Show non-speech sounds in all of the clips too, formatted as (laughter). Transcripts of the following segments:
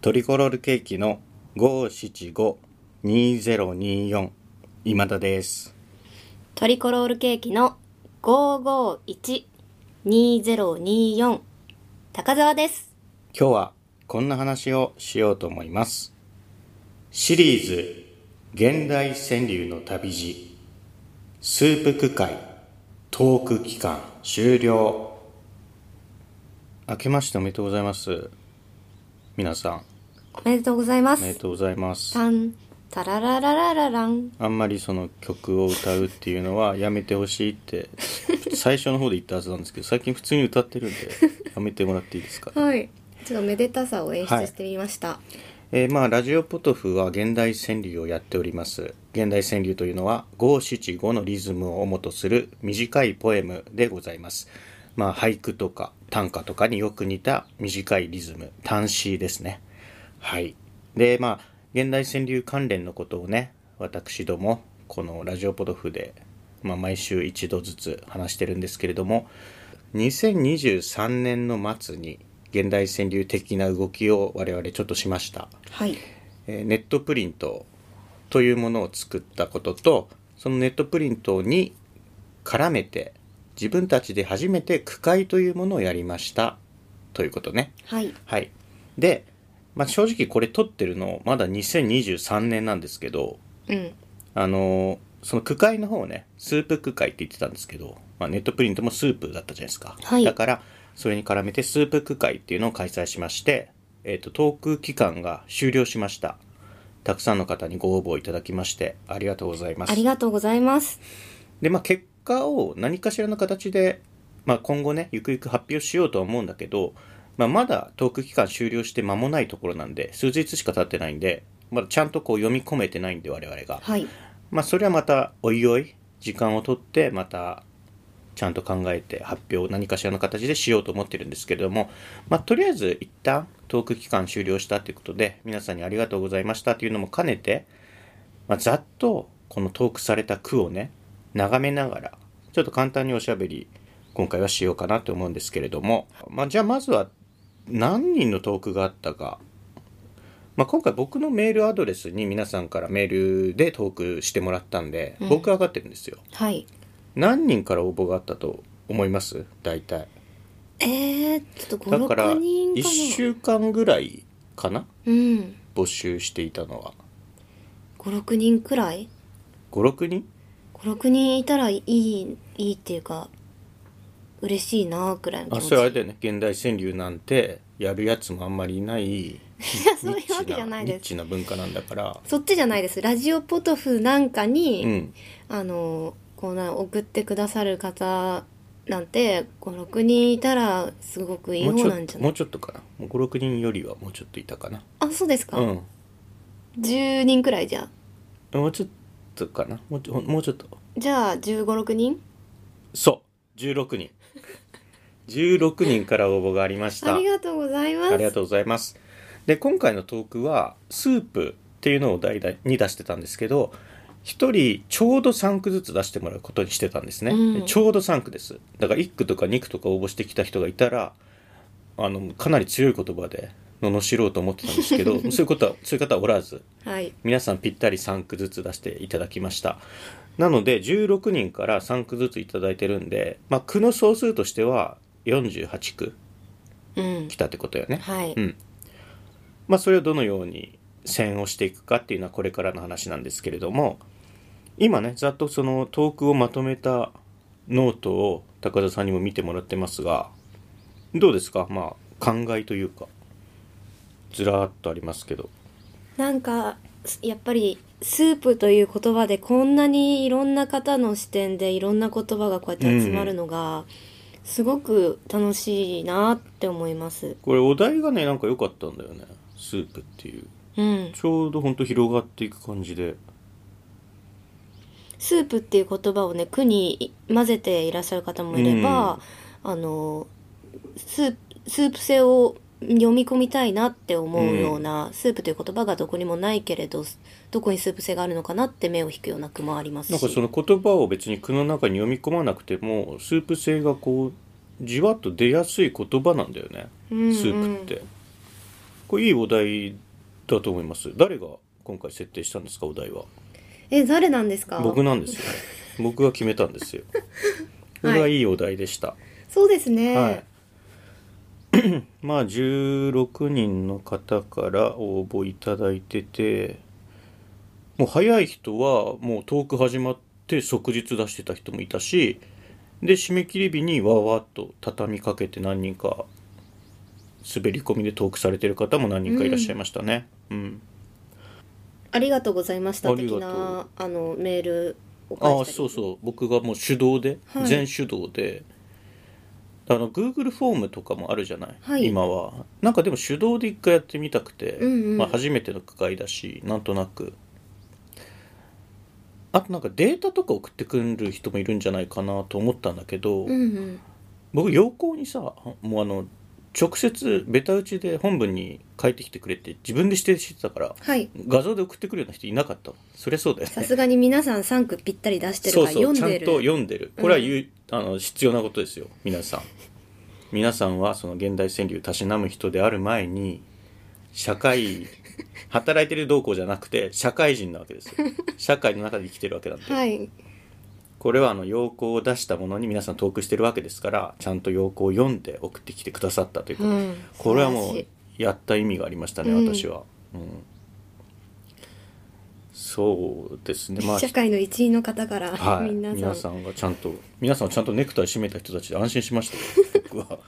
トリコロールケーキの5752024今田です。トリコロールケーキの5512024高澤です。今日はこんな話をしようと思います。シリーズ現代川柳の旅路スープ区会トーク期間終了明けましておめでとうございます。皆さん、おめでとうございま。おめですとうございます。たん、たららららららん。あんまりその曲を歌うっていうのはやめてほしいって最初の方で言ったはずなんですけど最近普通に歌ってるんでやめてもらっていいですか、はい。ちょっとめでたさを演はい出してみました。えーまあラジオポトフは現代川柳をやっております現代川柳というのは五七五のリズムを主とする短いポエムでございますまあ俳句とか短歌とかによく似た短いリズム短詩ですねはい。で、まあ、現代川柳関連のことをね、私ども、このラジオポトフで、まあ、毎週一度ずつ話してるんですけれども、2023年の末に、現代川柳的な動きを我々ちょっとしました。はい。えーネットプリントというものを作ったこととそのネットプリントに絡めて自分たちで初めて句会というものをやりましたということね。はい。はい、で、まあ、正直これ撮ってるのまだ2023年なんですけどうん。あのーその句会の方をねスープ句会って言ってたんですけど、まあ、ネットプリントもスープだったじゃないですか、はいだからそれに絡めてスープ句会っていうのを開催しまして、えー、とトーク期間が終了しましたたくさんの方にご応募いただきましてありがとうございますありがとうございます。で、まあ、結果を何かしらの形で、まあ、今後ねゆくゆく発表しようとは思うんだけど、まあ、まだトーク期間終了して間もないところなんで数日しか経ってないんでまだちゃんとこう読み込めてないんで我々が、はい。まあ、それはまたおいおい時間をとってまたちゃんと考えて発表を何かしらの形でしようと思ってるんですけれども、まあ、とりあえず一旦トーク期間終了したということで皆さんにありがとうございましたというのも兼ねて、まあ、ざっとこのトークされた句をね眺めながらちょっと簡単におしゃべり今回はしようかなと思うんですけれども、まあ、じゃあまずは何人のトークがあったかまあ、今回僕のメールアドレスに皆さんからメールでトークしてもらったんで、うん僕が上がってるんですよはい。何人から応募があったと思います大体えー、ちょっとだ5、から6人か1な。週間ぐらいかなうん。募集していたのは5、6人くらい56人 ?5、6人いたらいい、いいっていうか、嬉しいなーくらいの気あ持ち。それあれだよね現代川柳なんてやるやつもあんまりいないいや、 (laughs) そうニッいうわけチじゃなないニでッす。チな文化なんだからそっちじゃないです。ラジオポトフなんかに、うんあの、こうな、送ってくださる方なんて、5、6人いたら、すごくいいもうち方ょなっんじとゃなもいうちょっとかなもう56人よりはもうちょっといたかなあ、そうですか、うん ?10 人くらいじゃん。もうちょっとかなもうちょもうちょっとじゃあ、15、6人そう16人16人から応募がありましたありがとうございます。ありがとうございますで今回のトークはスープっていうのを題材に出してたんですけど1人ちょうど3句ずつ出してもらうことにしてたんですね、うんでちょうど3句ですだから1句とか2句とか応募してきた人がいたらあのかなり強い言葉で罵ろうと思ってたんですけどそう (laughs) いうことはそういう方はおらずはい。皆さんぴったり3句ずつ出していただきましたなので16人から3句ずついただいてるんで、まあ、句の総数としては48句うん来。たってことよね、はい。うんまあ、それをどのように線をしていくかっていうのはこれからの話なんですけれども今ねざっとそのトークをまとめたノートを高田さんにも見てもらってますがどうですかまあ感慨というかずらーっとありますけどなんか、すやっぱり、スープという言葉でこんなにいろんな方の視点でいろんな言葉がこうやって集まるのが、すごく楽しいなって思います。これお題がねなんか良かったんだよねスープっていううん。ちょうどほんと広がっていく感じでスープっていう言葉をね句に混ぜていらっしゃる方もいれば、あのスープスープ性を読み込みたいなって思うような、スープという言葉がどこにもないけれどどこにスープ性があるのかなって目を引くような句もありますしなんかその言葉を別に句の中に読み込まなくてもスープ性がこうじわっと出やすい言葉なんだよね、うんうんスープってこれいいお題だと思います誰が今回設定したんですかお題はえ誰なんですか僕なんですよ僕が決めたんですよこれはいいお題でした、そうですね、はい。 (coughs) まあ16人の方から応募いただいててもう早い人はもうトーク始まって即日出してた人もいたしで締め切り日にわわっと畳みかけて何人か滑り込みでトークされてる方も何人かいらっしゃいましたね。うんありがとうございましたありが的とうなあのメールをあ返あしたりそうそう僕がもう手動で、はい全手動であの Google フォームとかもあるじゃない、はい今はなんかでも手動で一回やってみたくて、うんうんまあ、初めての機会だしなんとなくあとなんかデータとか送ってくる人もいるんじゃないかなと思ったんだけど、うんうん僕要項にさもうあの直接ベタ打ちで本文に書いてきてくれって自分で指定してたからはい画像で送ってくるような人いなかったわそりゃそうだよねさすがに皆さん3句ぴったり出してるから読んでるちゃんと読んでるこれは言う、あの必要なことですよ皆さん皆さんはその現代川柳をたしなむ人である前に社 (laughs) 会働いてる動向じゃなくて社会人なわけですよ社会の中で生きてるわけなんで、はいこれはあの要項を出したものに皆さんトークしてるわけですからちゃんと要項を読んで送ってきてくださったということ、うんこれはも素晴らうしやった意味がありましたね、うん私は、うん、そうですねまあ社会の一員の方から、はい、 (laughs) 皆さん皆さんがちゃんと皆さんはちゃんとネクタイ締めた人たちで安心しました (laughs) よ僕は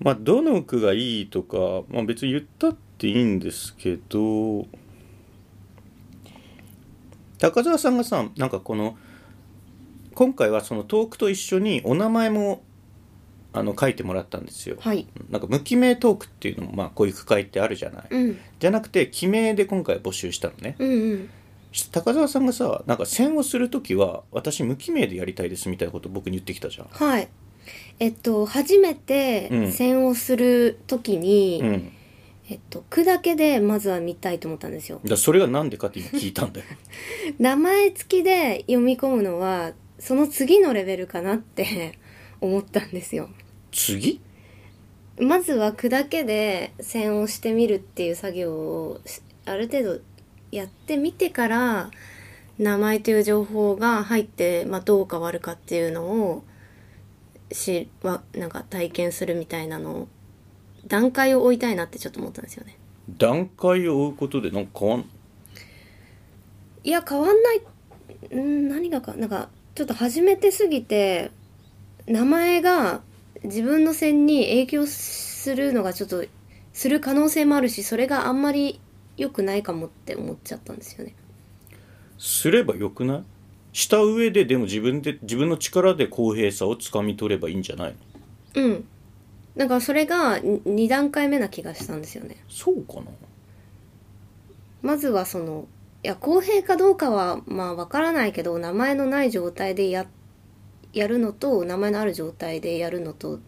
まあどの句がいいとか、まあ、別に言ったっていいんですけど高澤さんがさなんかこの今回はそのトークと一緒にお名前もあの書いてもらったんですよ。はいなんか無記名トークっていうのもまあこういう句会ってあるじゃない。うんじゃなくて記名で今回募集したのね。うんうん高澤さんがさなんか戦をする時は私無記名でやりたいですみたいなこと僕に言ってきたじゃんはいえっと初めてうん戦をする時に、うんえっと、句だけでまずは見たいと思ったんですよだそれがなんでかって今聞いたんだよ (laughs) 名前付きで読み込むのはその次のレベルかなって思ったんですよ次まずは句だけで線をしてみるっていう作業をしある程度やってみてから名前という情報が入って、まあ、どう変わるかっていうのをしはなんか体験するみたいなのを段階を置いたいなってちょっと思ったんですよね。段階を追うことでなんか変わんいや変わんないん何がかなんかちょっと始めてすぎて名前が自分の線に影響するのがちょっとする可能性もあるしそれがあんまり良くないかもって思っちゃったんですよね。すればよくないした上ででも自分で自分の力で公平さをつかみ取ればいいんじゃないのうん。なんかそれが2段階目な気がしたんですよね。そうかなまずはそのいや公平かどうかはまあわからないけど名前のない状態でややるのと名前のある状態でやるのと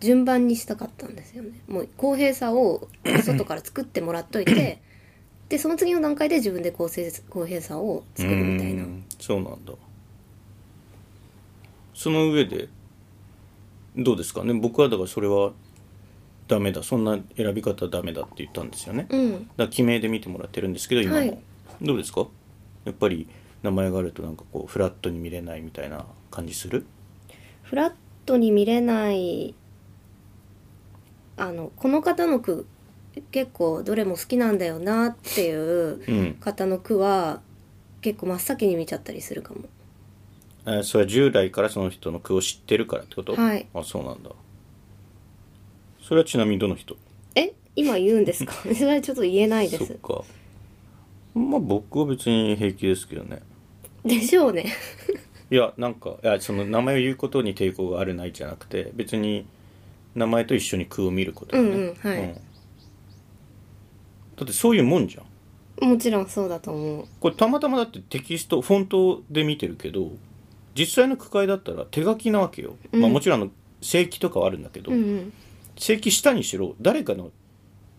順番にしたかったんですよね。もう公平さを外から作ってもらっといてでその次の段階で自分で公正公平さを作るみたいうなー。んそうなんだその上でどうですかね僕はだからそれはダメだそんな選び方はダメだって言ったんですよねうん、だから記名で見てもらってるんですけど今も、はいどうですかやっぱり名前があるとなんかこうフラットに見れないみたいな感じするフラットに見れないあのこの方の句結構どれも好きなんだよなっていううん、方の句は結構真っ先に見ちゃったりするかもえーそれは従来からその人の句を知ってるからってことはいあそうなんだそれはちなみにどの人え今言うん (laughs) ですかそれはちょっと言えないでそっすかまあ僕は別に平気ですけどねでしょうねいやなんかいやその名前を言うことに抵抗があるないじゃなくて別に名前と一緒に句を見ることだねうんうんはいだってそういうもんじゃんもちろんそうだと思うこれたまたまだってテキストフォントで見てるけど実際の句会だったら手書きなわけよ、うんまあ、もちろんあの正規とかはあるんだけど、うんうん正規下にしろ誰かの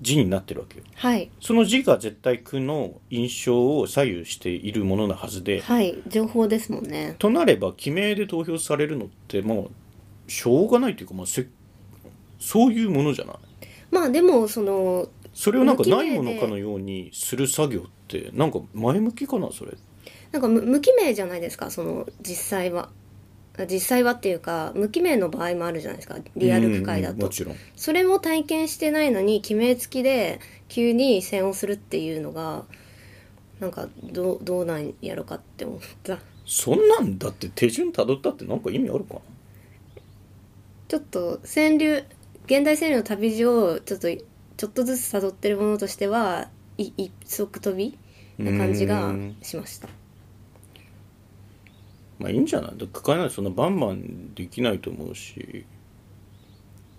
字になってるわけよはいその字が絶対句の印象を左右しているものなはずで、はい情報ですもんねとなれば記名で投票されるのってもうしょうがないというか、まあ、せそういうものじゃないまあでもそのそれをなんかないものかのようにする作業ってなんか前向きかなそれなんか無無記名じゃないですかその実際はあ実際はっていうか無記名の場合もあるじゃないですかリアル機会だうんうんもとちろんそれも体験してないのに記名付きで急に線をするっていうのがなんかどうどうなんやろかって思ったそんなんだって手順たどったってなんか意味あるかなちょっと川柳現代川柳の旅路をちょっとちょっとずつ辿ってるものとしてはい一足飛びな感じうがんしましたまあいいんじゃない区会なんてそんなバンバンできないと思うし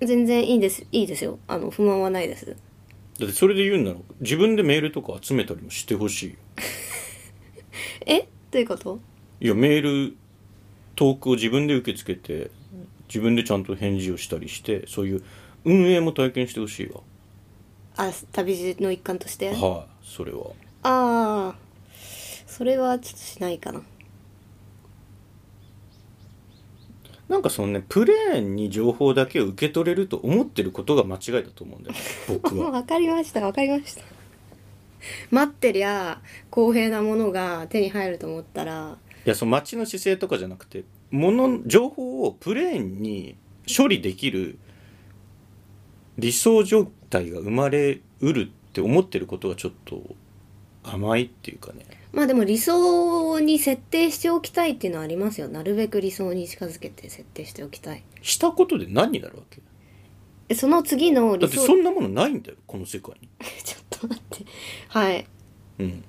全然いいですいいですよあの不満はないですだってそれで言うんなら自分でメールとか集めたりもしてほしいよえどういうこといやメールトークを自分で受け付けて自分でちゃんと返事をしたりしてそういう運営も体験してほしいわあ旅路の一環としてあはいそれはあーそれはちょっとしないかななんかそのねプレーンに情報だけを受け取れると思ってることが間違いだと思うんだよね僕はわかりましたわかりました待ってりゃ公平なものが手に入ると思ったらいやその街の姿勢とかじゃなくてもの情報をプレーンに処理できる理想状態が生まれうるって思ってることがちょっと甘いっていうかねまあでも理想に設定しておきたいっていうのはありますよなるべく理想に近づけて設定しておきたいしたことで何になるわけえその次のだ理って想そんなものないんだよこの世界 (laughs) ちょっと待ってはいにうん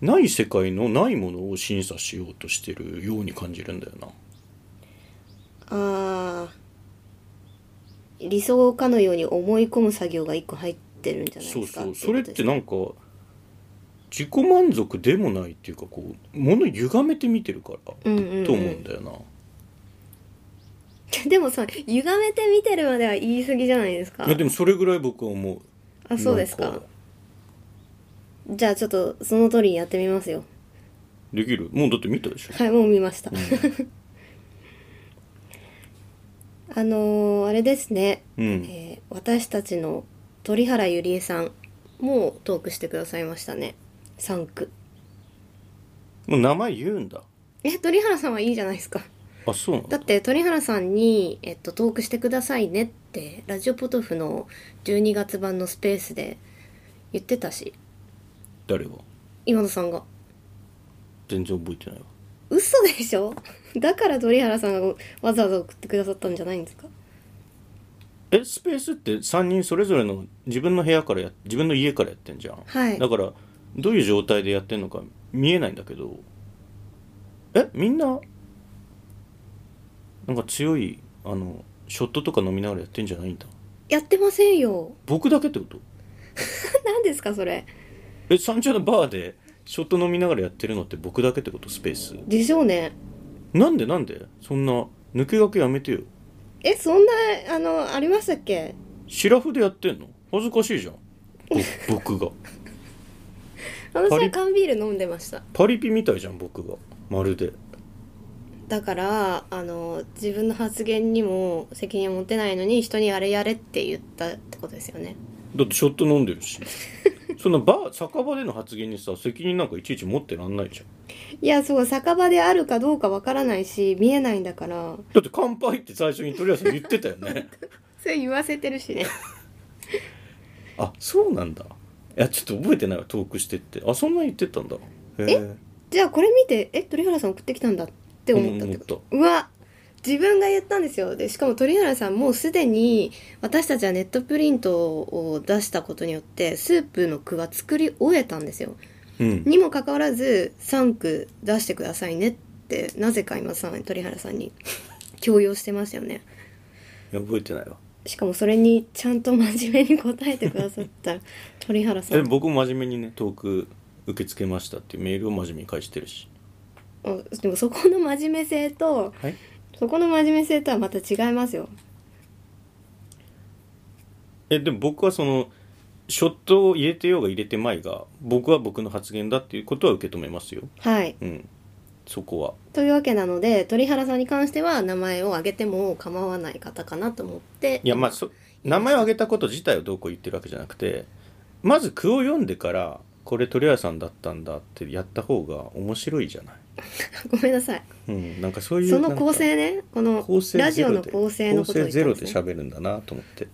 ない世界のないものを審査しようとしてるように感じるんだよなあー理想かのように思い込む作業が一個入ってるんじゃないそでうすかそうそれっいうことですてなんか自己満足でもないっていうかこう物歪めて見てるから、うんうんうんと思うんだよな (laughs) でもさ歪めて見てるまでは言い過ぎじゃないですかいやでもそれぐらい僕は思うあそうですかなんじゃあちょっとその通りにやってみますよ (laughs) できるもうだって見たでしょはいもう見ました、 (laughs) あのーあれですね、うんえー私たちの鳥原ゆりえさんもトークしてくださいましたね3区もう名前言うんだえ鳥原さんはいいじゃないですかあそうなんだだって鳥原さんに、えっと、トークしてくださいねってラジオポトフの12月版のスペースで言ってたし誰は今野さんが全然覚えてないわ嘘でしょ (laughs) だから鳥原さんがわざわざ送ってくださったんじゃないんですかえスペースって3人それぞれの自分の部屋からや自分の家からやってんじゃん、はいだからどういう状態でやってんのか見えないんだけどえみんななんか強いあのショットとか飲みながらやってんじゃないんだやってませんよ (laughs) 僕だけってこと何ですかそれえ三茶のバーでショット飲みながらやってるのって僕だけってことスペースでしょうねなんでなんでそんな抜け駆けやめてよえそんなあのありましたっけシラフでやってんの恥ずかしいじゃんぼ僕が私パはリ缶ビール飲んでましたパリピみたいじゃん僕がまるでだからあの自分の発言にも責任を持てないのに人にあれやれって言ったってことですよねだってショット飲んでるし (laughs) そんなバー酒場での発言にさ責任なんかいちいち持ってらんないじゃんいやそう酒場であるかどうかわからないし見えないんだからだって乾杯って最初にとりあえず言ってたよ (laughs) ねそれ言わせてるしねあそうなんだいやちょっと覚えてないわトークしてってあそんなん言ってたんだへえじゃあこれ見てえ鳥原さん送ってきたんだって思ったってこと、うわ自分が言ったんですよでしかも鳥原さんもうすでに私たちはネットプリントを出したことによってスープの句は作り終えたんですようんにもかかわらず3句出してくださいねってなぜか今さ鳥原さんに強要してましたよねいや覚えてないわしかもそれにちゃんと真面目に答えてくださった (laughs) 鳥原さえん僕も真面目にねトーク受け付けましたっていうメールを真面目に返してるしうんでもそこの真面目性と (laughs) はいそこの真面目性とはまた違いますよえでも僕はそのショットを入れてようが入れてまいが僕は僕の発言だっていうことは受け止めますよはいうんそこはというわけなので鳥原さんに関しては名前を挙げても構わない方かなと思っていやまあそ名前を挙げたこと自体をどうこう言ってるわけじゃなくてまず句を読んでからこれ鳥屋さんだったんだってやった方が面白いじゃない、 (laughs) ごめんなさいうん、なんかそういうそなんのか構成ねこの構成ラジゼオロので構成のことを言構成っゼたんロで、ですね、喋るんだなと思って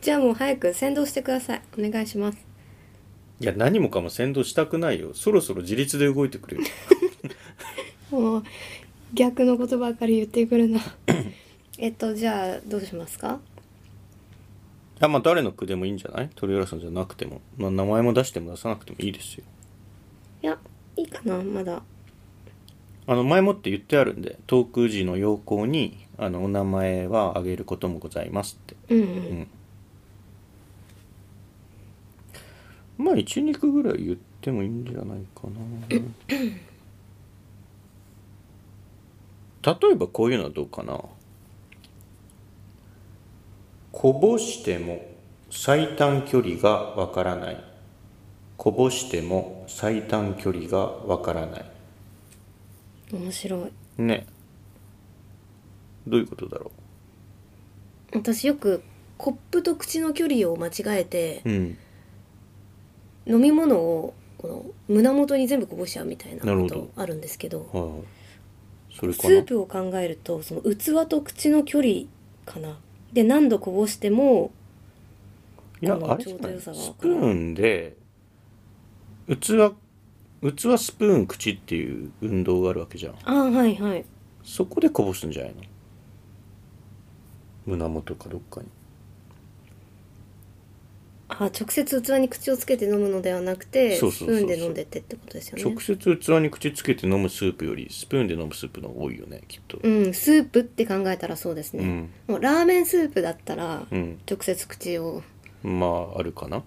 じゃあもう早く先導してくださいお願いしますいや何もかも先導したくないよそろそろ自立で動いてく (laughs) れよもう逆のことばかり言ってくる (laughs) なえっとじゃあどうしますかあまあ誰の句でもいいんじゃない鳥浦さんじゃなくても、まあ、名前も出しても出さなくてもいいですよいやいいかなまだあの前もって言ってあるんでトーク時の要項にあのお名前はあげることもございますってうんううんんまあ12句ぐらい言ってもいいんじゃないかな例えばこういうのはどうかなこぼしても最短距離がわからないこぼしても最短距離がわからない面白いねどういうことだろ私よくコップと口の距離を間違えてううん飲み物をこの胸元に全部こぼしちゃうみたいななるこほとどあるんですけどはいそれスかなープを考えるとその器と口の距離かなで何度こぼしてもいやこ、のあれじゃちょうどない良さがスプーンで、器、器スプーン口っていう運動があるわけじゃん。ああはいはいそこでこぼすんじゃないの胸元かどっかに。あー直接器に口をつけて飲むのではなくてそうそうそうそうスプーンで飲んでってってことですよね直接器に口つけて飲むスープより、スプーンで飲むスープの方が多いよね、きっと。うんスープって考えたらそうですうね、ん。もうラーメンスープだったらうん。直接口をまあ、あるかな。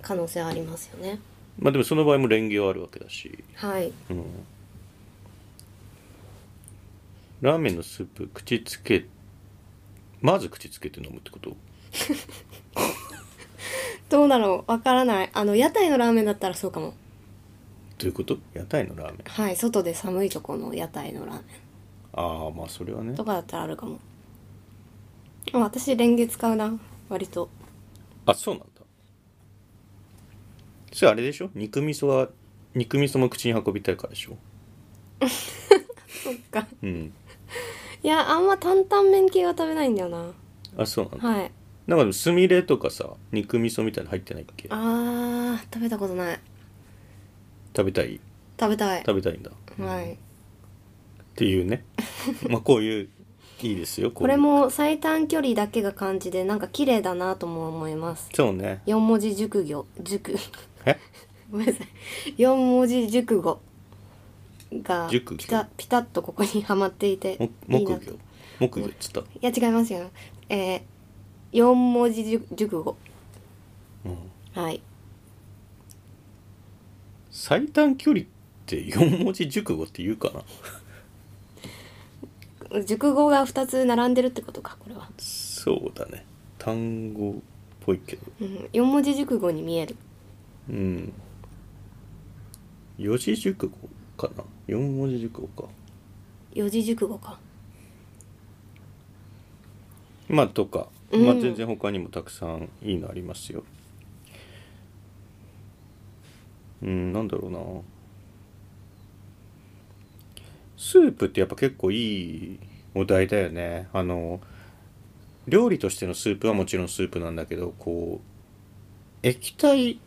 可能性ありますよねまあでもその場合もレンゲはあるわけだし。はいうん。ラーメンのスープ、口つけ、まず口つけて飲むってことどうだろうわからないあの屋台のラーメンだったらそうかもどういうこと屋台のラーメンはい外で寒いとこの屋台のラーメああまあそれはねンとかだったらあるかもあ私レンゲ使うな割とあそうなんだそれあれでしょ肉味噌は肉味噌も口に運びたいからでしょそっかうんいやあんま担々麺系は食べないんだよなあそうなんだはいなんかでもスミレとかさ肉味噌みたいなの入ってないっけあー食べたことない食べたい食べたい食べたいんだはいっていう (laughs) ねまあこういういいですよここういうれも最短距離だけが漢字でなんか綺麗だなとも思いますそうね四文字熟語熟えごめんなさい四文字熟語がピ熟語タピタッとここにはまっていてもいい木な魚とい木魚っつったや違いますよえー、四文字熟熟語うんはい最短距離って4文字熟語って言うかな熟語が二つ並んでるってことかこれは、そうだね単語っぽいけどうん、四文字熟語に見えるうん四字熟語かな四文字熟語か四字熟語かまあとか、うんまあ、全然他にもたくさんいいのありますようんなんだろうなスープってやっぱ結構いいお題だよねあの料理としてのスープはもちろんスープなんだけどこう液体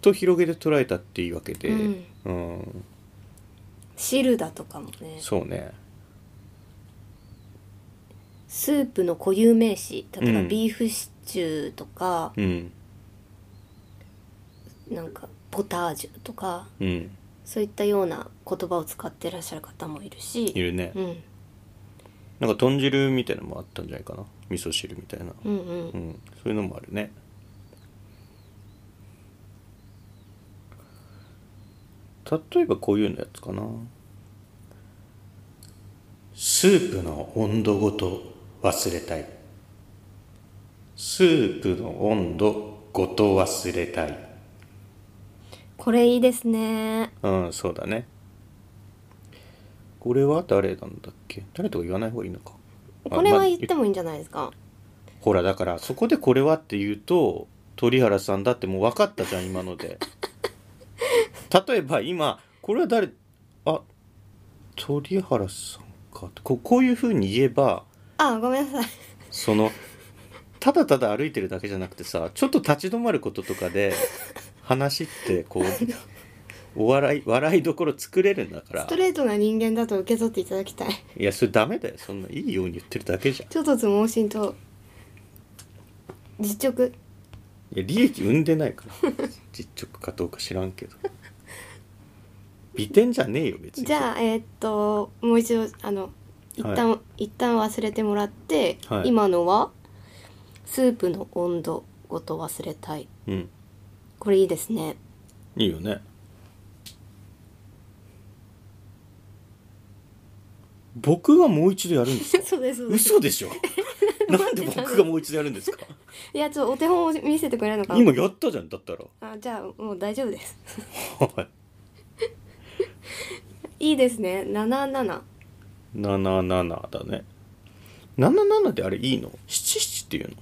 と広げて捉えたっていいわけで、うんうん、汁だとかもねそうねスープの固有名詞例えばうんビーフシチューとか、うんなんかポタージュとかうんそういったような言葉を使ってらっしゃる方もいるいし、るねうん、うんなんか豚汁みたいなのもあったんじゃないかな味噌汁みたいなうんうんそういうのもあるね例えばこういうのやつかなスープの温度ごと忘れたいスープの温度ごと忘れたいこれいいですねうん、そうだね。これは誰なんだっけ誰とか言わない方がいいのか。あこれまはあ言ってもいいんじゃないですかほら、だから、そこでこれはって言うと、鳥原さんだってもう分かったじゃん、今の (laughs) で。例えば今、これは誰、あ、鳥原さんか。ここういうふうに言えば、あごめんなさいその、ただただ歩いてるだけじゃなくてさ、ちょっと立ち止まることとかで、話って (laughs) こう、お笑い、笑いどころ作れるんだからスト。レートな人間だと受け取っていただきたいいや、それダメだよ。そんないいように言ってるだけじゃん。ちょっとずつ盲信と実直いや利益生んでないから (laughs) 実直かどうか知らんけど美点じゃねえよ別にじゃあえーっともう一度あの一旦、一旦忘れてもらって、はい今のはスープの温度ごと忘れたいうんこれいいですねいいよね僕がもう一度やるん (laughs) ですか (laughs) そうですそうです嘘で (laughs) しょなんで僕がもう一度やるんですかいやちょっとお手本を見せてくれるのかな今やったじゃんだったら (laughs) あじゃあもう大丈夫ですはいいいですね77 77だね77ってあれいいの77っていうの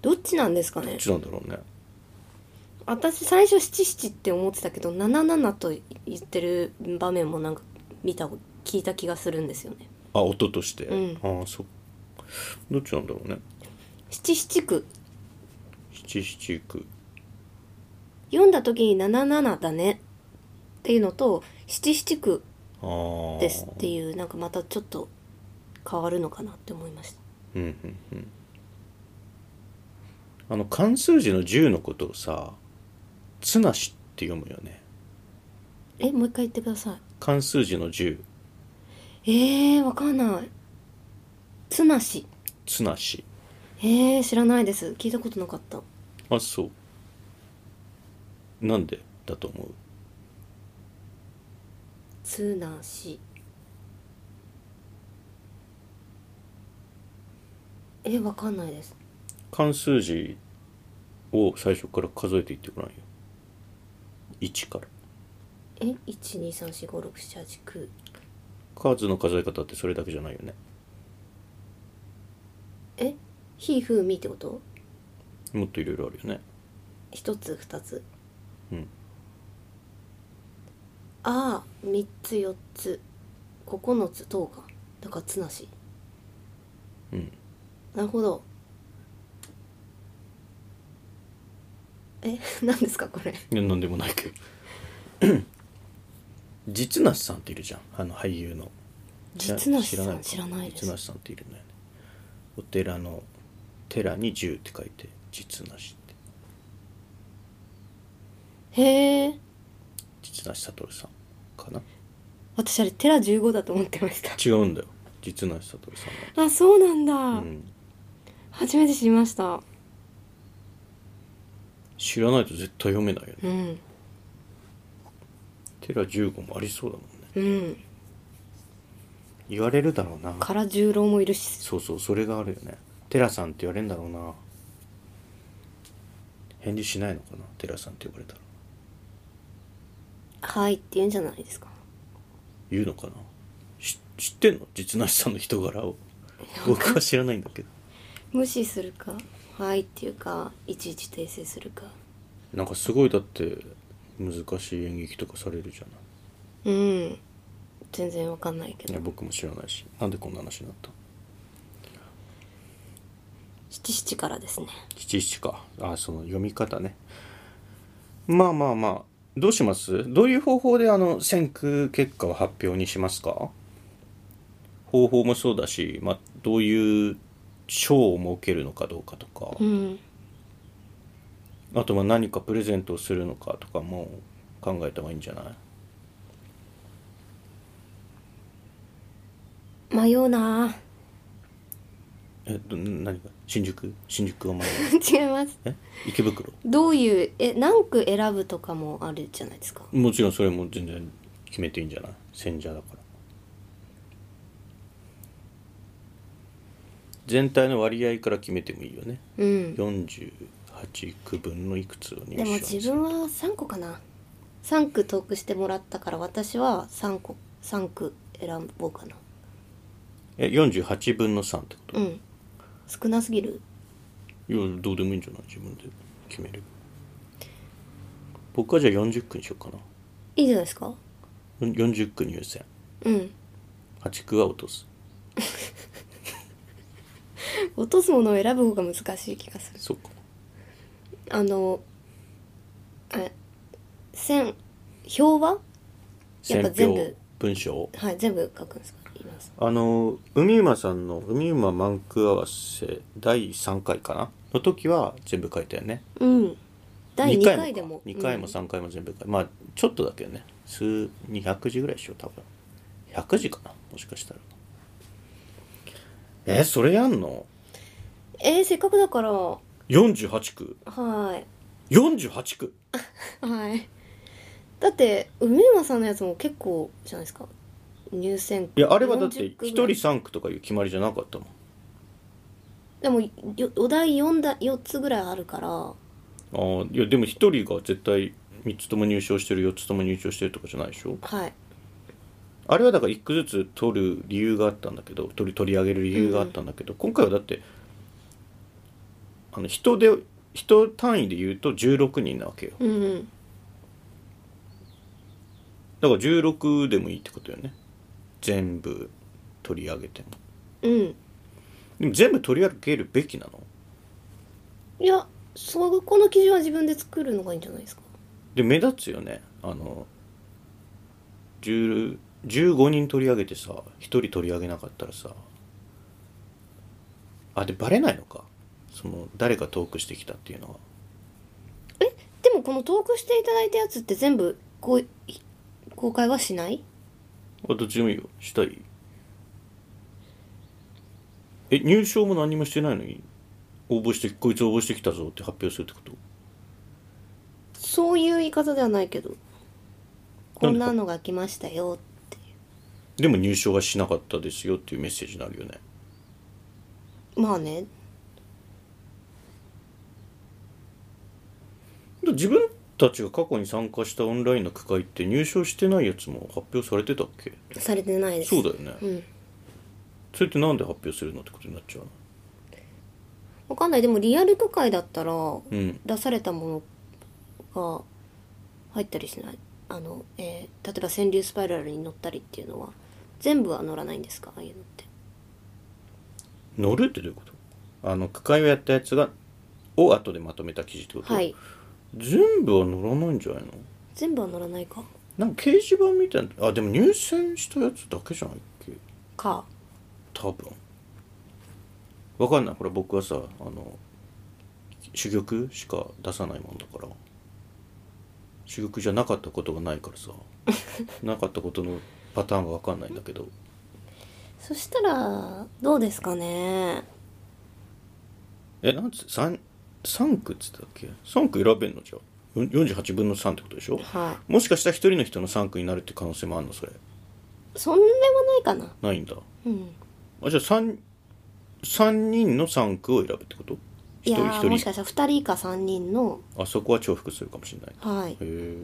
どっちなんですかどっねちなんだろうね私最初七七って思ってたけど77と言ってる場面もなんか見た聞いた気がするんですよねあ音として、うんああそうどっちなんだろうね七七区七七九読んだ時に77だねっていうのと七七区ああですっていうなんかまたちょっと変わるのかなって思いましたうんうんうんあの漢数字の10のことをさ「つなし」って読むよねえもう一回言ってくださ漢数字の10いえー、わかんないつなし「つなしえー、知らないです聞いたことなかった」あそうなんでだと思うつなしえー、わかんないです漢数字を最初から数えていってごらんよ1からえ一二三四五六七八九数の数え方ってそれだけじゃないよねえひふみってこともっといろいろあるよね一つ二つうんああ三つ四つ九つ等かだからつなしうんなるほどえ何ですかこれいやなんでもないけど実那さんっているじゃんあの俳優の知ら実なしさんか知らないです実那さんっているんだよねお寺の寺に十って書いて実那しってへえ実那し悟さんかな私あれ寺十五だと思ってました違うんだよ実那し悟さんあそうなんだ、は、うん、初めて知りました知らないと絶対読めないよねうん寺十五もありそうだもんねうん言われるだろうな唐十郎もいるしそうそうそれがあるよね寺さんって言われるんだろうな返事しないのかな寺さんって呼ばれたらはいって言うんじゃないですか言うのかなし知ってんの実なしさんの人柄を僕は知らないんだけど無視するかはいっていうかいちいち訂正するかなんかすごいだって難しい演劇とかされるじゃないうん全然わかんないけいどや僕も知らないしなんでこんな話になった七七からですね七七かあその読み方ねまあまあまあどうしますどういう方法であの選句結果を発表にしますか方法もそうだし、まあ、どういう賞を設けるのかどうかとか、うんあとは何かプレゼントをするのかとかも考えた方がいいんじゃない迷うなえどん何が新宿新宿は前 (laughs) 違いますえ池袋どういうえ何句選ぶとかもあるじゃないですかもちろんそれも全然決めていいんじゃない選者だから全体の割合から決めてもいいよねうん48区分のいくつを入でも賞に自する分は三個かな3句トークしてもらったから私は3個3句選ぼうかなえ48分の3ってこうん少なすぎるといやどうでもいいんじゃない自分で決める僕はじゃあ40句にしようかいいじゃないですかな40句入選うん8句は落とす落とすものを選ぶ方が難しい気がするそうかあのえ線表はやっぱ選全部票文章はい全部書くんですか言いますあの海馬さんの「海馬マンク合わせ」第3回かなの時は全部書いたよねうん第2回でも2回もうん3回も全部書いた、まあちょっとだけどね数200字ぐらいでしよう多分100字かなもしかしたらえそれやんのえー、せっかくだからは ?48 区い48区はいだって梅山さんのやつも結構じゃないですか入選いやあれはだって40 1句ぐ人らい3区とかいう決まりじゃなかったもでもよお題4だ4つぐらいあるからんああいやでも1人が絶対3つとも入賞してる4つとも入賞してるとかじゃないでしょはいあれはだから1個ずつ取る理由があったんだけど取り取り上げる理由があったんだけど、今回はだってあの人で人単位で言うと16人なわけようんうんだから16でもいいってことよね全部取り上げてもうんでも全部取り上げるべきなのいやそこの基準は自分で作るのがいいんじゃないですかで目立つよねあの10 15人取り上げてさ1人取り上げなかったらさあでバレないのかその誰がトークしてきたっていうのはでもこのトークしていただいたやつって全部こうい公開はしないあどっちでもいいよしたいえ入賞も何もしてないのに応募してこいつ応募してきたぞって発表するってことそういう言い方ではないけどこんなのが来ましたよでも入賞はしなかったですよっていうメッセージになるよねまあねで自分たちが過去に参加したオンラインの区会って入賞してないやつも発表されてたっけされてないですそうだよね、うんそれってなんで発表するのってことになっちゃうのわかんないでもリアル区会だったらうん出されたものが入ったりしないあの、えー例えば川柳スパイラルに乗ったりっていうのは全部は乗らないんですかああいうのって乗るってどういうことあの区会をやったやつがを後でまとめた記事ってこと、はい全部は乗らないんじゃないの全部は乗らないかなんか掲示板みたいなあでも入選したやつだけじゃないっけか多分わかんないほら僕はさあの珠玉しか出さないもんだから珠玉じゃなかったことがないから (laughs) さなかったことのパターンがわかんないんだけどそしたらどうですかねえなんつ 3, 3区っつったっけ3区選べんのじゃあよん48分の3ってことでしょはもしかしたら1人の人の3区になるって可能性もあるのそれいそんでもないかなないんだうんあじゃあ 3, 3人の3区を選ぶってことい一や人ーも一し人かしたら2人か3人のあそこは重複するかもしれないはいへえ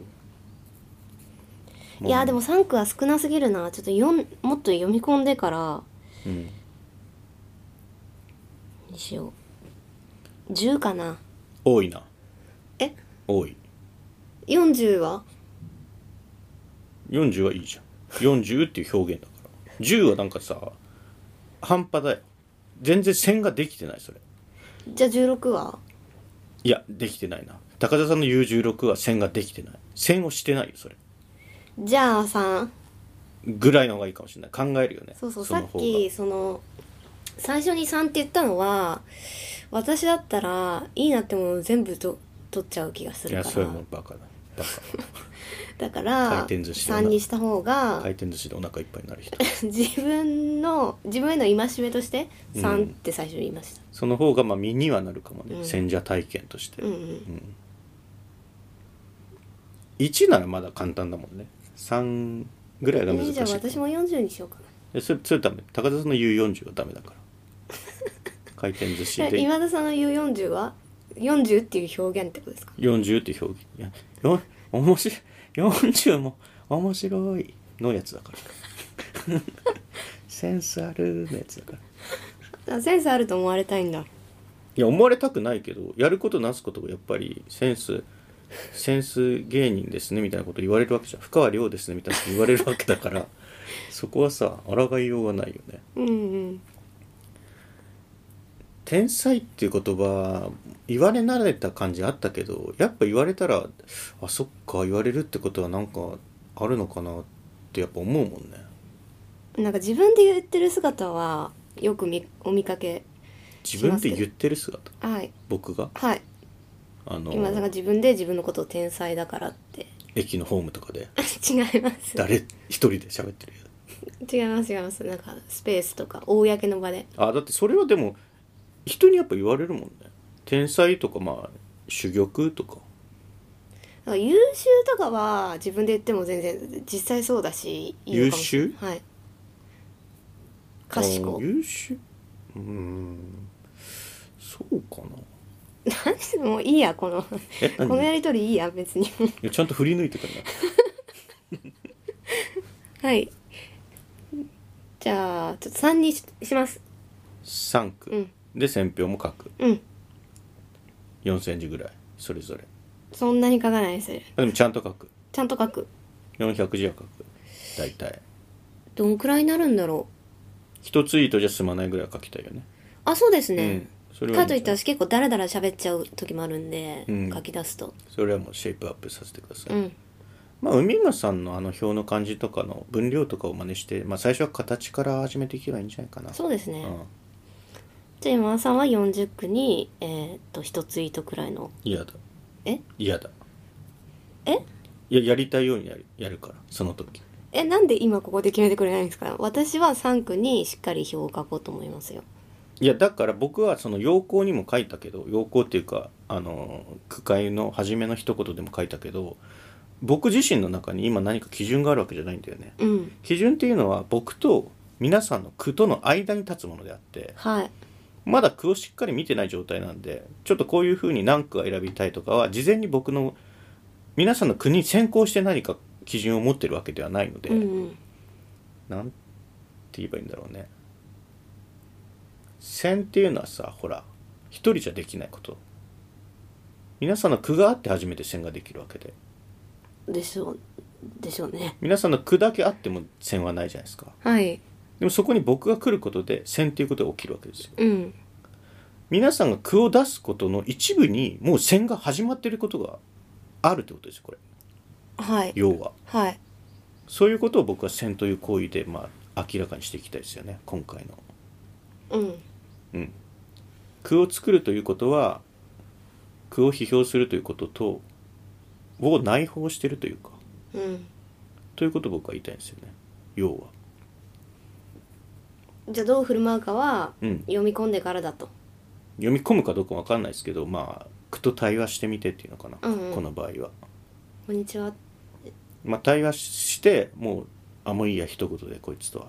いやーでも3区は少なすぎるなちょっと4もっと読み込んでからうんにしよう10かな多いなえ多い40は40はいいじゃん40っていう表現だから10はなんかさ半端だよ全然線ができてないそれじゃあ16はいやできてないな高田さんの U16 は線ができてない線をしてないよそれじゃあ3ぐらいの方がいいかもしれない考えるよねそうそうのさっ方がきその最初に3って言ったのは私だったらいいなってものを全部と取っちゃう気がすいるやかそれらもバカだバだか回ら転寿司だな3にした方カが回転寿司でお腹いっぱいになる人 (laughs) 自分の自分への戒めとしてうん3って最初に言いました、その方がまあ身にはなるかもね、うん選者体験として、うんうん、 1ならまだ簡単だもんね3ぐらいが難しえいーじゃあ私も40にしようかえそれそれダメ高田さんの U40 はダメだから回転寿司なえで今田さんの言う40は40っていう表現ってことですか40っていう表現いやよ面白い40も面白いのやつだからセンスあるのやつだからいあセンスあると思われたいんだや思われたくないけどやることなすことがやっぱりセンスセンス芸人ですねみたいなこと言われるわけじゃん深川亮ですねみたいなこと言われるわけだからそこはさ抗いようがないよねうんうん天才っていう言葉言われ慣れた感じあったけどやっぱ言われたらあそっか言われるってことはなんかあるのかなってやっぱ思うもんねなんか自分で言ってる姿はよく見お見かけ自分で言ってる姿はい僕がはいあの今さんが自分で自分のことを天才だからって (laughs) 駅のホームとかで違います誰一人で喋ってるや違います違いますなんかスペースとか公の場でつあだってそれはでも人にやっぱ言われるもんね天才とかまあ珠玉とかだから優秀とかは自分で言っても全然実際そうだしいいのかもしれない優はい賢あ (laughs) い優秀うーんそうかなもういいやこのこえ何のやりとりいいや別に (laughs) いやちゃんと振り抜いてくんなはいじゃあちょっと3にしします3区、うんで選票も書くうん4センチぐらいそれぞれそんなに書かないですあでもちゃんと書くちゃんと書く400字は書く大体どのくらいになるんだろ一ツイートじゃ済まないぐらいは書きたいよねうあそうですうねん、それはかといったら私結構ダラダラ喋っちゃう時もあるんで、うん書き出すとそれはもうシェイプアップさせてください、うんまあ海馬さんのあの表の感じとかの分量とかを真似して、まあ、最初は形から始めていけばいいんじゃないかなそうですね、うん、じゃあ今田さんは40句にえーっと一ツイートくらいの嫌だえ嫌だえいややりたいようにやるやるからその時えなんで今ここで決めてくれないんですか私は3区にしっかり表を書こうと思いますよいやだから僕はその要項にも書いたけど要項っていうかあの句会の初めの一言でも書いたけど僕自身の中に今何か基準があるわけじゃないんだよねうん基準っていうのは僕と皆さんの句との間に立つものであってはいまだ句をしっかり見てない状態なんでちょっとこういうふうに何句が選びたいとかは事前に僕の皆さんの句に先行して何か基準を持ってるわけではないので、うんうんなんて言えばいいんだろうね線っていうのはさほら一人じゃできないこと皆さんの句があって初めて線ができるわけででしょうでしょうね皆さんの句だけあっても線はないじゃないですかはいでもそこに僕が来ることで線っていうことが起きるわけですようん皆さんが句を出すことの一部にもう線が始まってることがあるってことですよこれはい要ははいそういうことを僕は線という行為でまあ明らかにしていきたいですよね今回のうんうん、句を作るということは句を批評するということとを内包してるというかうんということを僕は言いたいんですよね要はじゃあどう振る舞うかはうん読み込んでからだと読み込むかどうかわかんないですけどまあ句と対話してみてっていうのかな、うんうんこの場合はこんにちはまあ対話してもうあもういいや一言でこいつとは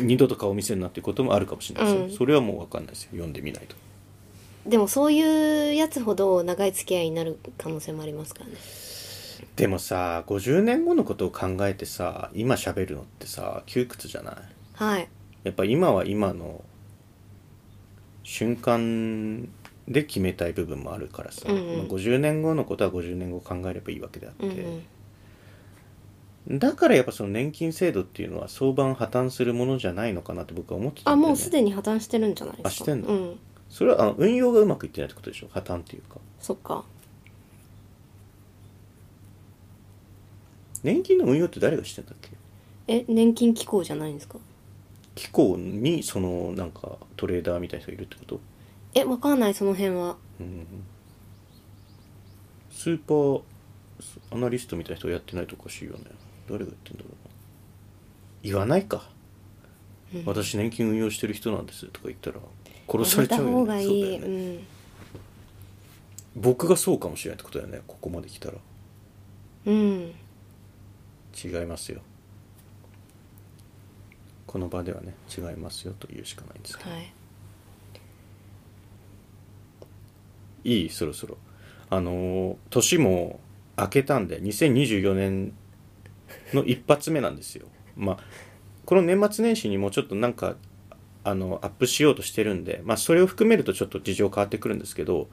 二度と顔見せんなっていうこともあるかもしれないですよ、うんそれはもうわかんないですよ読んでみないとでもそういうやつほど長い付き合いになる可能性もありますからねでもさ50年後のことを考えてさ今喋るのってさ窮屈じゃないはいやっぱ今は今の瞬間で決めたい部分もあるからさ、うんうんまあ50年後のことは50年後考えればいいわけであって、うんうんだからやっぱその年金制度っていうのは相場破綻するものじゃないのかなって僕は思ってたあんだよもねうすでに破綻してるんじゃないですかあしてんのうんそれはあの運用がうまくいってないってことでしょ破綻っていうかそっか年金の運用って誰がしてんだっけえ年金機構じゃないんですか機構にそのなんかトレーダーみたいな人がいるってことえわかんないその辺はうんスーパーアナリストみたいな人がやってないとおかしいよね誰がやってんだろうな言わないか、うん私年金運用してる人なんですとか言ったら殺されちゃうやめたよ方がねいそうだいよう,、ね僕がそうかもしれないってことだよねここまで来たらんうん違いますよこの場ではね違いますよと言うしかないんですけど、はいいいそろそろあのー年も開けたんで2024年の一発目なんですよ。 (laughs) まあこの年末年始にもちょっとなんかあのアップしようとしてるんで、まあ、それを含めるとちょっと事情変わってくるんですけど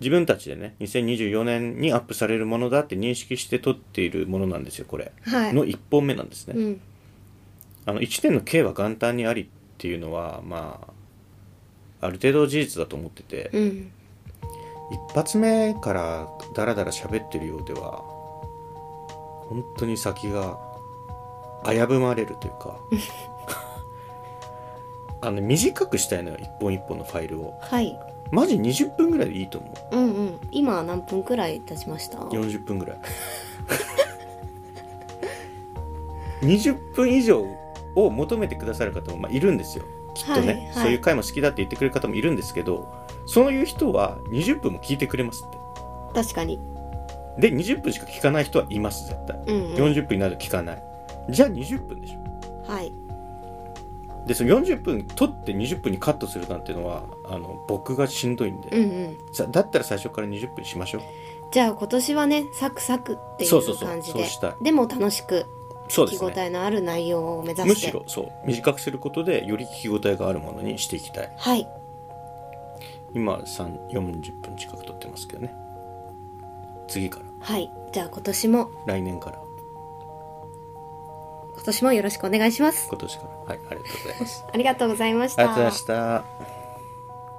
自分たちでね2024年にアップされるものだって認識して撮っているものなんですよこれはいの1本目なんですね。うんあの1年の計は元旦にありっていうのはまあある程度事実だと思ってて、うん一発目からダラダラ喋ってるようでは本当に先が危ぶまれるという (laughs) かあの短くしたいのよ一本一本のファイルをはいマジ20分ぐらいでいいと思うんうん今何分くらい経ちましたう40分ぐ (laughs) らい20分以上を求めてくださる方もまあいるんですよきとね、そういう回も好きだって言ってくれる方もいるんですけどそういう人は20分も聞いてくれますって確かにで20分しか聞かない人はいます絶対うん、うん、 40分になると聞かないじゃあ20分でしょはいでその40分取って20分にカットするなんてのはあの僕がしんどいんで、うんうんさだったら最初から20分しましょうじゃあ今年はねサクサクっていそうそううそう感じそうでしたいでも楽しくそうで聞きす応ねえのある内容を目指してむしろそう短くすることでより聞き応えがあるものにしていきたいはい今3 40分近く取ってますけどね次からはいじゃあ今年も来年から今年もよろしくお願いします今年からはいありがとうございますありがとうございま (laughs) しありたがとうございました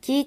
聞い